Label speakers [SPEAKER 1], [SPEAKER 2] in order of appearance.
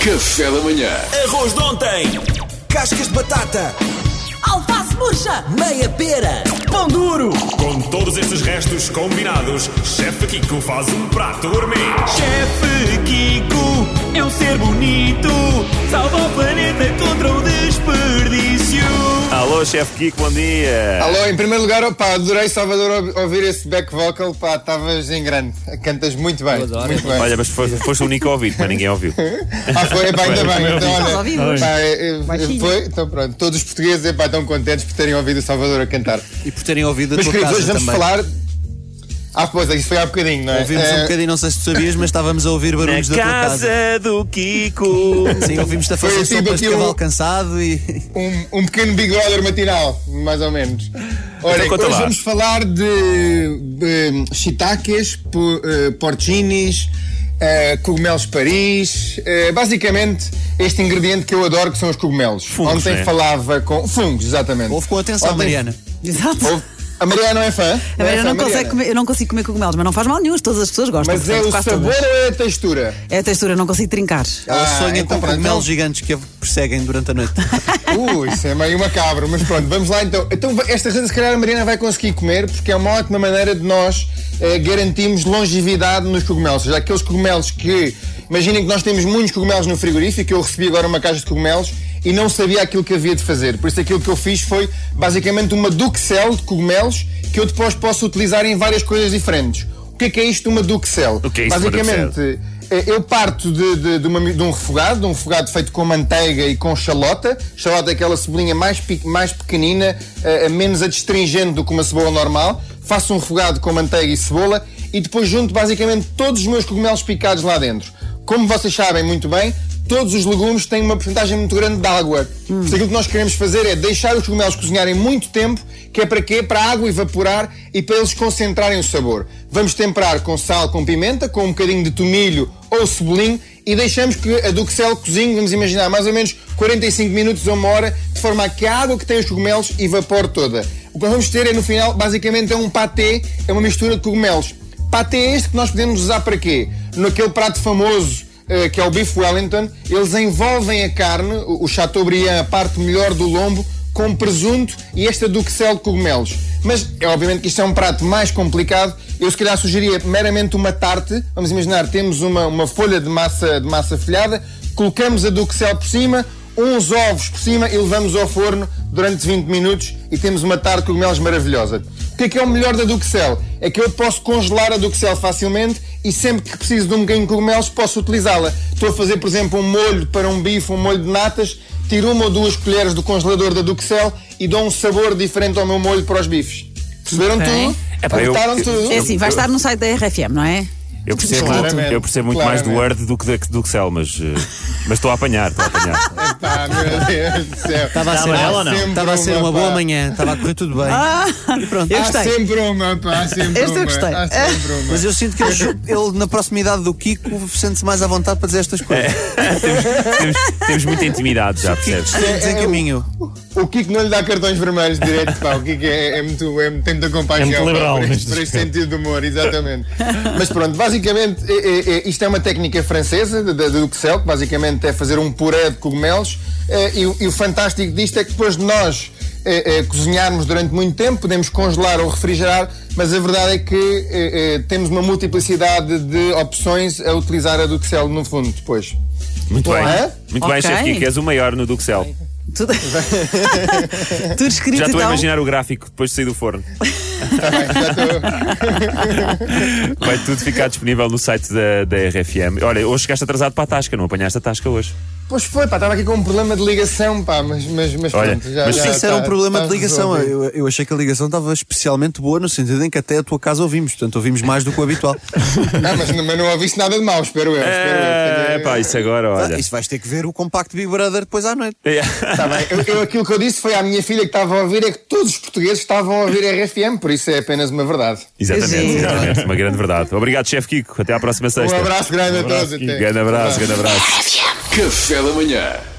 [SPEAKER 1] Café da manhã.
[SPEAKER 2] Arroz de ontem.
[SPEAKER 3] Cascas de batata.
[SPEAKER 4] Alface murcha.
[SPEAKER 3] Meia pera. Pão duro.
[SPEAKER 2] Com todos estes restos combinados, Chefe Kiko faz um prato gourmet.
[SPEAKER 5] Chefe Kiko é um ser bonito. Salva o planeta contra o desperdício.
[SPEAKER 2] Alô, Chefe Kiko, bom dia.
[SPEAKER 6] Alô, em primeiro lugar, opa, adorei Salvador ou- ouvir esse back vocal, pá, estavas em grande. Cantas muito bem. muito bem.
[SPEAKER 2] Olha, É, mas fo- foste o único a ouvir, um mas ninguém ouviu.
[SPEAKER 6] Ah, foi, epá, ainda bem. Então,
[SPEAKER 4] Estás a
[SPEAKER 6] olha,
[SPEAKER 4] ouvir?
[SPEAKER 6] pá, eh, eh, foi, então pronto. Todos os portugueses epá, estão contentes por terem ouvido o Salvador a cantar.
[SPEAKER 7] E por terem ouvido a
[SPEAKER 6] Mas
[SPEAKER 7] tua
[SPEAKER 6] queridos,
[SPEAKER 7] casa
[SPEAKER 6] hoje vamos
[SPEAKER 7] também.
[SPEAKER 6] falar. Ah, pois, é, isso foi há bocadinho, não é?
[SPEAKER 7] Ouvimos
[SPEAKER 6] Eh,
[SPEAKER 7] um bocadinho, não sei se tu sabias, mas estávamos a ouvir barulhos
[SPEAKER 2] Na
[SPEAKER 7] da tua casa.
[SPEAKER 2] casa do Kiko.
[SPEAKER 7] Sim, ouvimos-te a
[SPEAKER 6] Foi
[SPEAKER 7] fazer
[SPEAKER 6] assim
[SPEAKER 7] sopas de
[SPEAKER 6] daquilo-
[SPEAKER 7] cavalo cansado e.
[SPEAKER 6] um, um pequeno Big Brother matinal, mais ou menos. Olha,
[SPEAKER 2] Então, conta
[SPEAKER 6] hoje
[SPEAKER 2] lá.
[SPEAKER 6] vamos falar de, de shiitakes, po- eh, porcinis, eh, cogumelos Paris. eh, basicamente, este ingrediente que eu adoro, que são os cogumelos.
[SPEAKER 2] Fungos,
[SPEAKER 6] Ontem
[SPEAKER 2] né?
[SPEAKER 6] falava com. Fungos, exatamente.
[SPEAKER 7] Ouve com atenção,
[SPEAKER 6] Ontem-
[SPEAKER 7] Mariana.
[SPEAKER 4] Exato.
[SPEAKER 6] Ouve- A Mariana não é fã?
[SPEAKER 4] A
[SPEAKER 6] é
[SPEAKER 4] Mariana
[SPEAKER 6] fã,
[SPEAKER 4] não consegue comer, eu não consigo comer cogumelos, mas não faz mal nenhum, todas as pessoas gostam.
[SPEAKER 6] Mas é
[SPEAKER 4] portanto,
[SPEAKER 6] o
[SPEAKER 4] quase
[SPEAKER 6] sabor
[SPEAKER 4] todas.
[SPEAKER 6] ou é a textura?
[SPEAKER 4] É a textura, não consigo trincar.
[SPEAKER 7] Ela
[SPEAKER 6] Ah,
[SPEAKER 7] sonha
[SPEAKER 6] então
[SPEAKER 7] com
[SPEAKER 6] pronto,
[SPEAKER 7] cogumelos
[SPEAKER 6] então-
[SPEAKER 7] gigantes que a perseguem durante a noite.
[SPEAKER 6] Uh, isso é meio macabro, mas pronto, vamos lá então. Então, va- esta rede, se calhar, a Mariana vai conseguir comer, porque é uma ótima maneira de nós eh, garantirmos longevidade nos cogumelos. Ou seja, aqueles cogumelos que. Imaginem que nós temos muitos cogumelos no frigorífico, eu recebi agora uma caixa de cogumelos e não sabia aquilo que havia de fazer. Por isso, aquilo que eu fiz foi basicamente uma duxel de cogumelos que eu depois posso utilizar em várias coisas diferentes. O que é que é isto, uma duxel?
[SPEAKER 2] O que é isso, uma
[SPEAKER 6] basicamente,
[SPEAKER 2] duxelle?
[SPEAKER 6] Basicamente, eh, eu parto de, de- de uma mi- de um refogado, de um refogado feito com manteiga e com chalota. Chalota é aquela cebolinha mais, pe- mais pequenina, eh, eh, menos adstringente do que uma cebola normal. Faço um refogado com manteiga e cebola e depois junto basicamente todos os meus cogumelos picados lá dentro. Como vocês sabem muito bem, todos os legumes têm uma porcentagem muito grande de água. Portanto, aquilo que nós queremos fazer é deixar os cogumelos cozinharem muito tempo, que é para quê? Para a água evaporar e para eles concentrarem o sabor. Vamos temperar com sal, com pimenta, com um bocadinho de tomilho ou cebolinho e deixamos que a Duxel cozinhe, vamos imaginar, mais ou menos 45 minutos a uma hora, de forma a que a água que tem os cogumelos evapore toda. O que nós vamos ter é, no final, basicamente é um patê, é uma mistura de cogumelos. Patê é este que nós podemos usar para quê? Naquele prato famoso eh, que é o Beef Wellington, eles envolvem a carne, o o Chateaubriand, a parte melhor do lombo, com presunto e esta duxel de cogumelos. Mas é obviamente que isto é um prato mais complicado. Eu se calhar sugeria meramente uma tarte. Vamos imaginar, temos uma, uma folha de massa, de massa folhada, colocamos a duxel por cima, uns ovos por cima e levamos ao forno durante 20 minutos e temos uma tarte de cogumelos maravilhosa. O que é que é o melhor da Duxel? É que eu posso congelar a Duxel facilmente e sempre que preciso de um bocadinho de cogumelos posso utilizá-la. Estou a fazer, por exemplo, um molho para um bife, um molho de natas, tiro uma ou duas colheres do congelador da Duxel e dou um sabor diferente ao meu molho para os bifes. Perceberam
[SPEAKER 4] Ok.
[SPEAKER 6] tudo?
[SPEAKER 2] É pá, eu-
[SPEAKER 6] Apertaram
[SPEAKER 2] eu-
[SPEAKER 6] tudo?
[SPEAKER 4] É assim, vai estar no site da RFM, não é?
[SPEAKER 2] Eu percebo,
[SPEAKER 6] Claramente,
[SPEAKER 2] eu percebo muito mais do
[SPEAKER 6] claramente.
[SPEAKER 2] Word do que do, do Excel, mas eh, mas estou a apanhar, estou a apanhar.
[SPEAKER 6] Pá, meu Deus do céu.
[SPEAKER 7] Estava a ser,
[SPEAKER 6] amarelo ou não?
[SPEAKER 7] Estava a ser uma,
[SPEAKER 6] Sempre uma,
[SPEAKER 7] boa
[SPEAKER 6] pá.
[SPEAKER 7] manhã, estava a correr tudo bem. E pronto.
[SPEAKER 4] Ah, Eu
[SPEAKER 6] Há
[SPEAKER 4] gostei.
[SPEAKER 6] sempre uma, pá, há sempre
[SPEAKER 4] Este eu
[SPEAKER 6] uma.
[SPEAKER 4] gostei.
[SPEAKER 6] Há sempre uma.
[SPEAKER 7] Mas eu sinto que ele, ele, na proximidade do Kiko, sente-se mais à vontade para dizer estas coisas.
[SPEAKER 2] temos, temos muita intimidade já, percebes?
[SPEAKER 7] Estamos é,
[SPEAKER 6] é um
[SPEAKER 7] em caminho.
[SPEAKER 6] O Kiko não lhe dá cartões vermelhos de direito, pá. O Kiko é, é muito, é muito, tem muita compaixão.
[SPEAKER 2] É muito
[SPEAKER 6] pá,
[SPEAKER 2] liberal
[SPEAKER 6] Por este,
[SPEAKER 2] neste
[SPEAKER 6] por este sentido de humor, exatamente. Mas pronto, basicamente, é- é- é- isto é uma técnica francesa da- da- do Duxel, que basicamente é fazer um puré de cogumelos. eh, E, o- e o fantástico disto é que depois de nós eh, eh, cozinharmos durante muito tempo, podemos congelar ou refrigerar, mas a verdade é que eh, eh, temos uma multiplicidade de opções a utilizar a Duxel no fundo depois.
[SPEAKER 2] Muito bem.
[SPEAKER 6] Hã?
[SPEAKER 2] Muito bem,
[SPEAKER 4] Ok.
[SPEAKER 2] Chefe Kiko, és o maior no do Excel.
[SPEAKER 4] Tudo, Tudo escrito
[SPEAKER 2] Já estou a
[SPEAKER 4] então.
[SPEAKER 2] imaginar o gráfico depois de sair do forno.
[SPEAKER 6] Está bem, já estou.
[SPEAKER 2] Vai tudo ficar disponível no site da, da RFM. Olha, hoje chegaste atrasado para a tasca, não apanhaste a tasca hoje.
[SPEAKER 6] Pois foi, pá, estava aqui com um problema de ligação, pá, mas, mas, mas
[SPEAKER 2] Olha,
[SPEAKER 6] pronto, já,
[SPEAKER 2] mas
[SPEAKER 6] já
[SPEAKER 7] Sim, isso era um
[SPEAKER 6] tá-
[SPEAKER 7] problema
[SPEAKER 6] tá
[SPEAKER 7] de ligação.
[SPEAKER 6] resolvido.
[SPEAKER 7] Eu, eu achei que a ligação estava especialmente boa, no sentido em que até a tua casa ouvimos, portanto ouvimos mais do que o habitual.
[SPEAKER 6] Não, mas, não- mas não ouviste nada de mau, espero eu. Espero
[SPEAKER 7] Eh.
[SPEAKER 6] eu.
[SPEAKER 2] É, pá, isso agora, olha.
[SPEAKER 7] Ah, isso vais ter que ver o compacto Big Brother depois à noite.
[SPEAKER 6] Tá bem, eu, eu- aquilo que eu disse foi à minha filha que estava a ouvir, é que todos os portugueses estavam a ouvir RFM, por isso é apenas uma verdade.
[SPEAKER 2] Exatamente,
[SPEAKER 4] Sim.
[SPEAKER 2] exatamente. Uma grande verdade. Obrigado, Chefe Kiko. Até à próxima
[SPEAKER 7] é.
[SPEAKER 6] Um
[SPEAKER 2] sexta.
[SPEAKER 6] abraço grande a todos. até.
[SPEAKER 2] Grande abraço, grande abraço.
[SPEAKER 1] Café da manhã.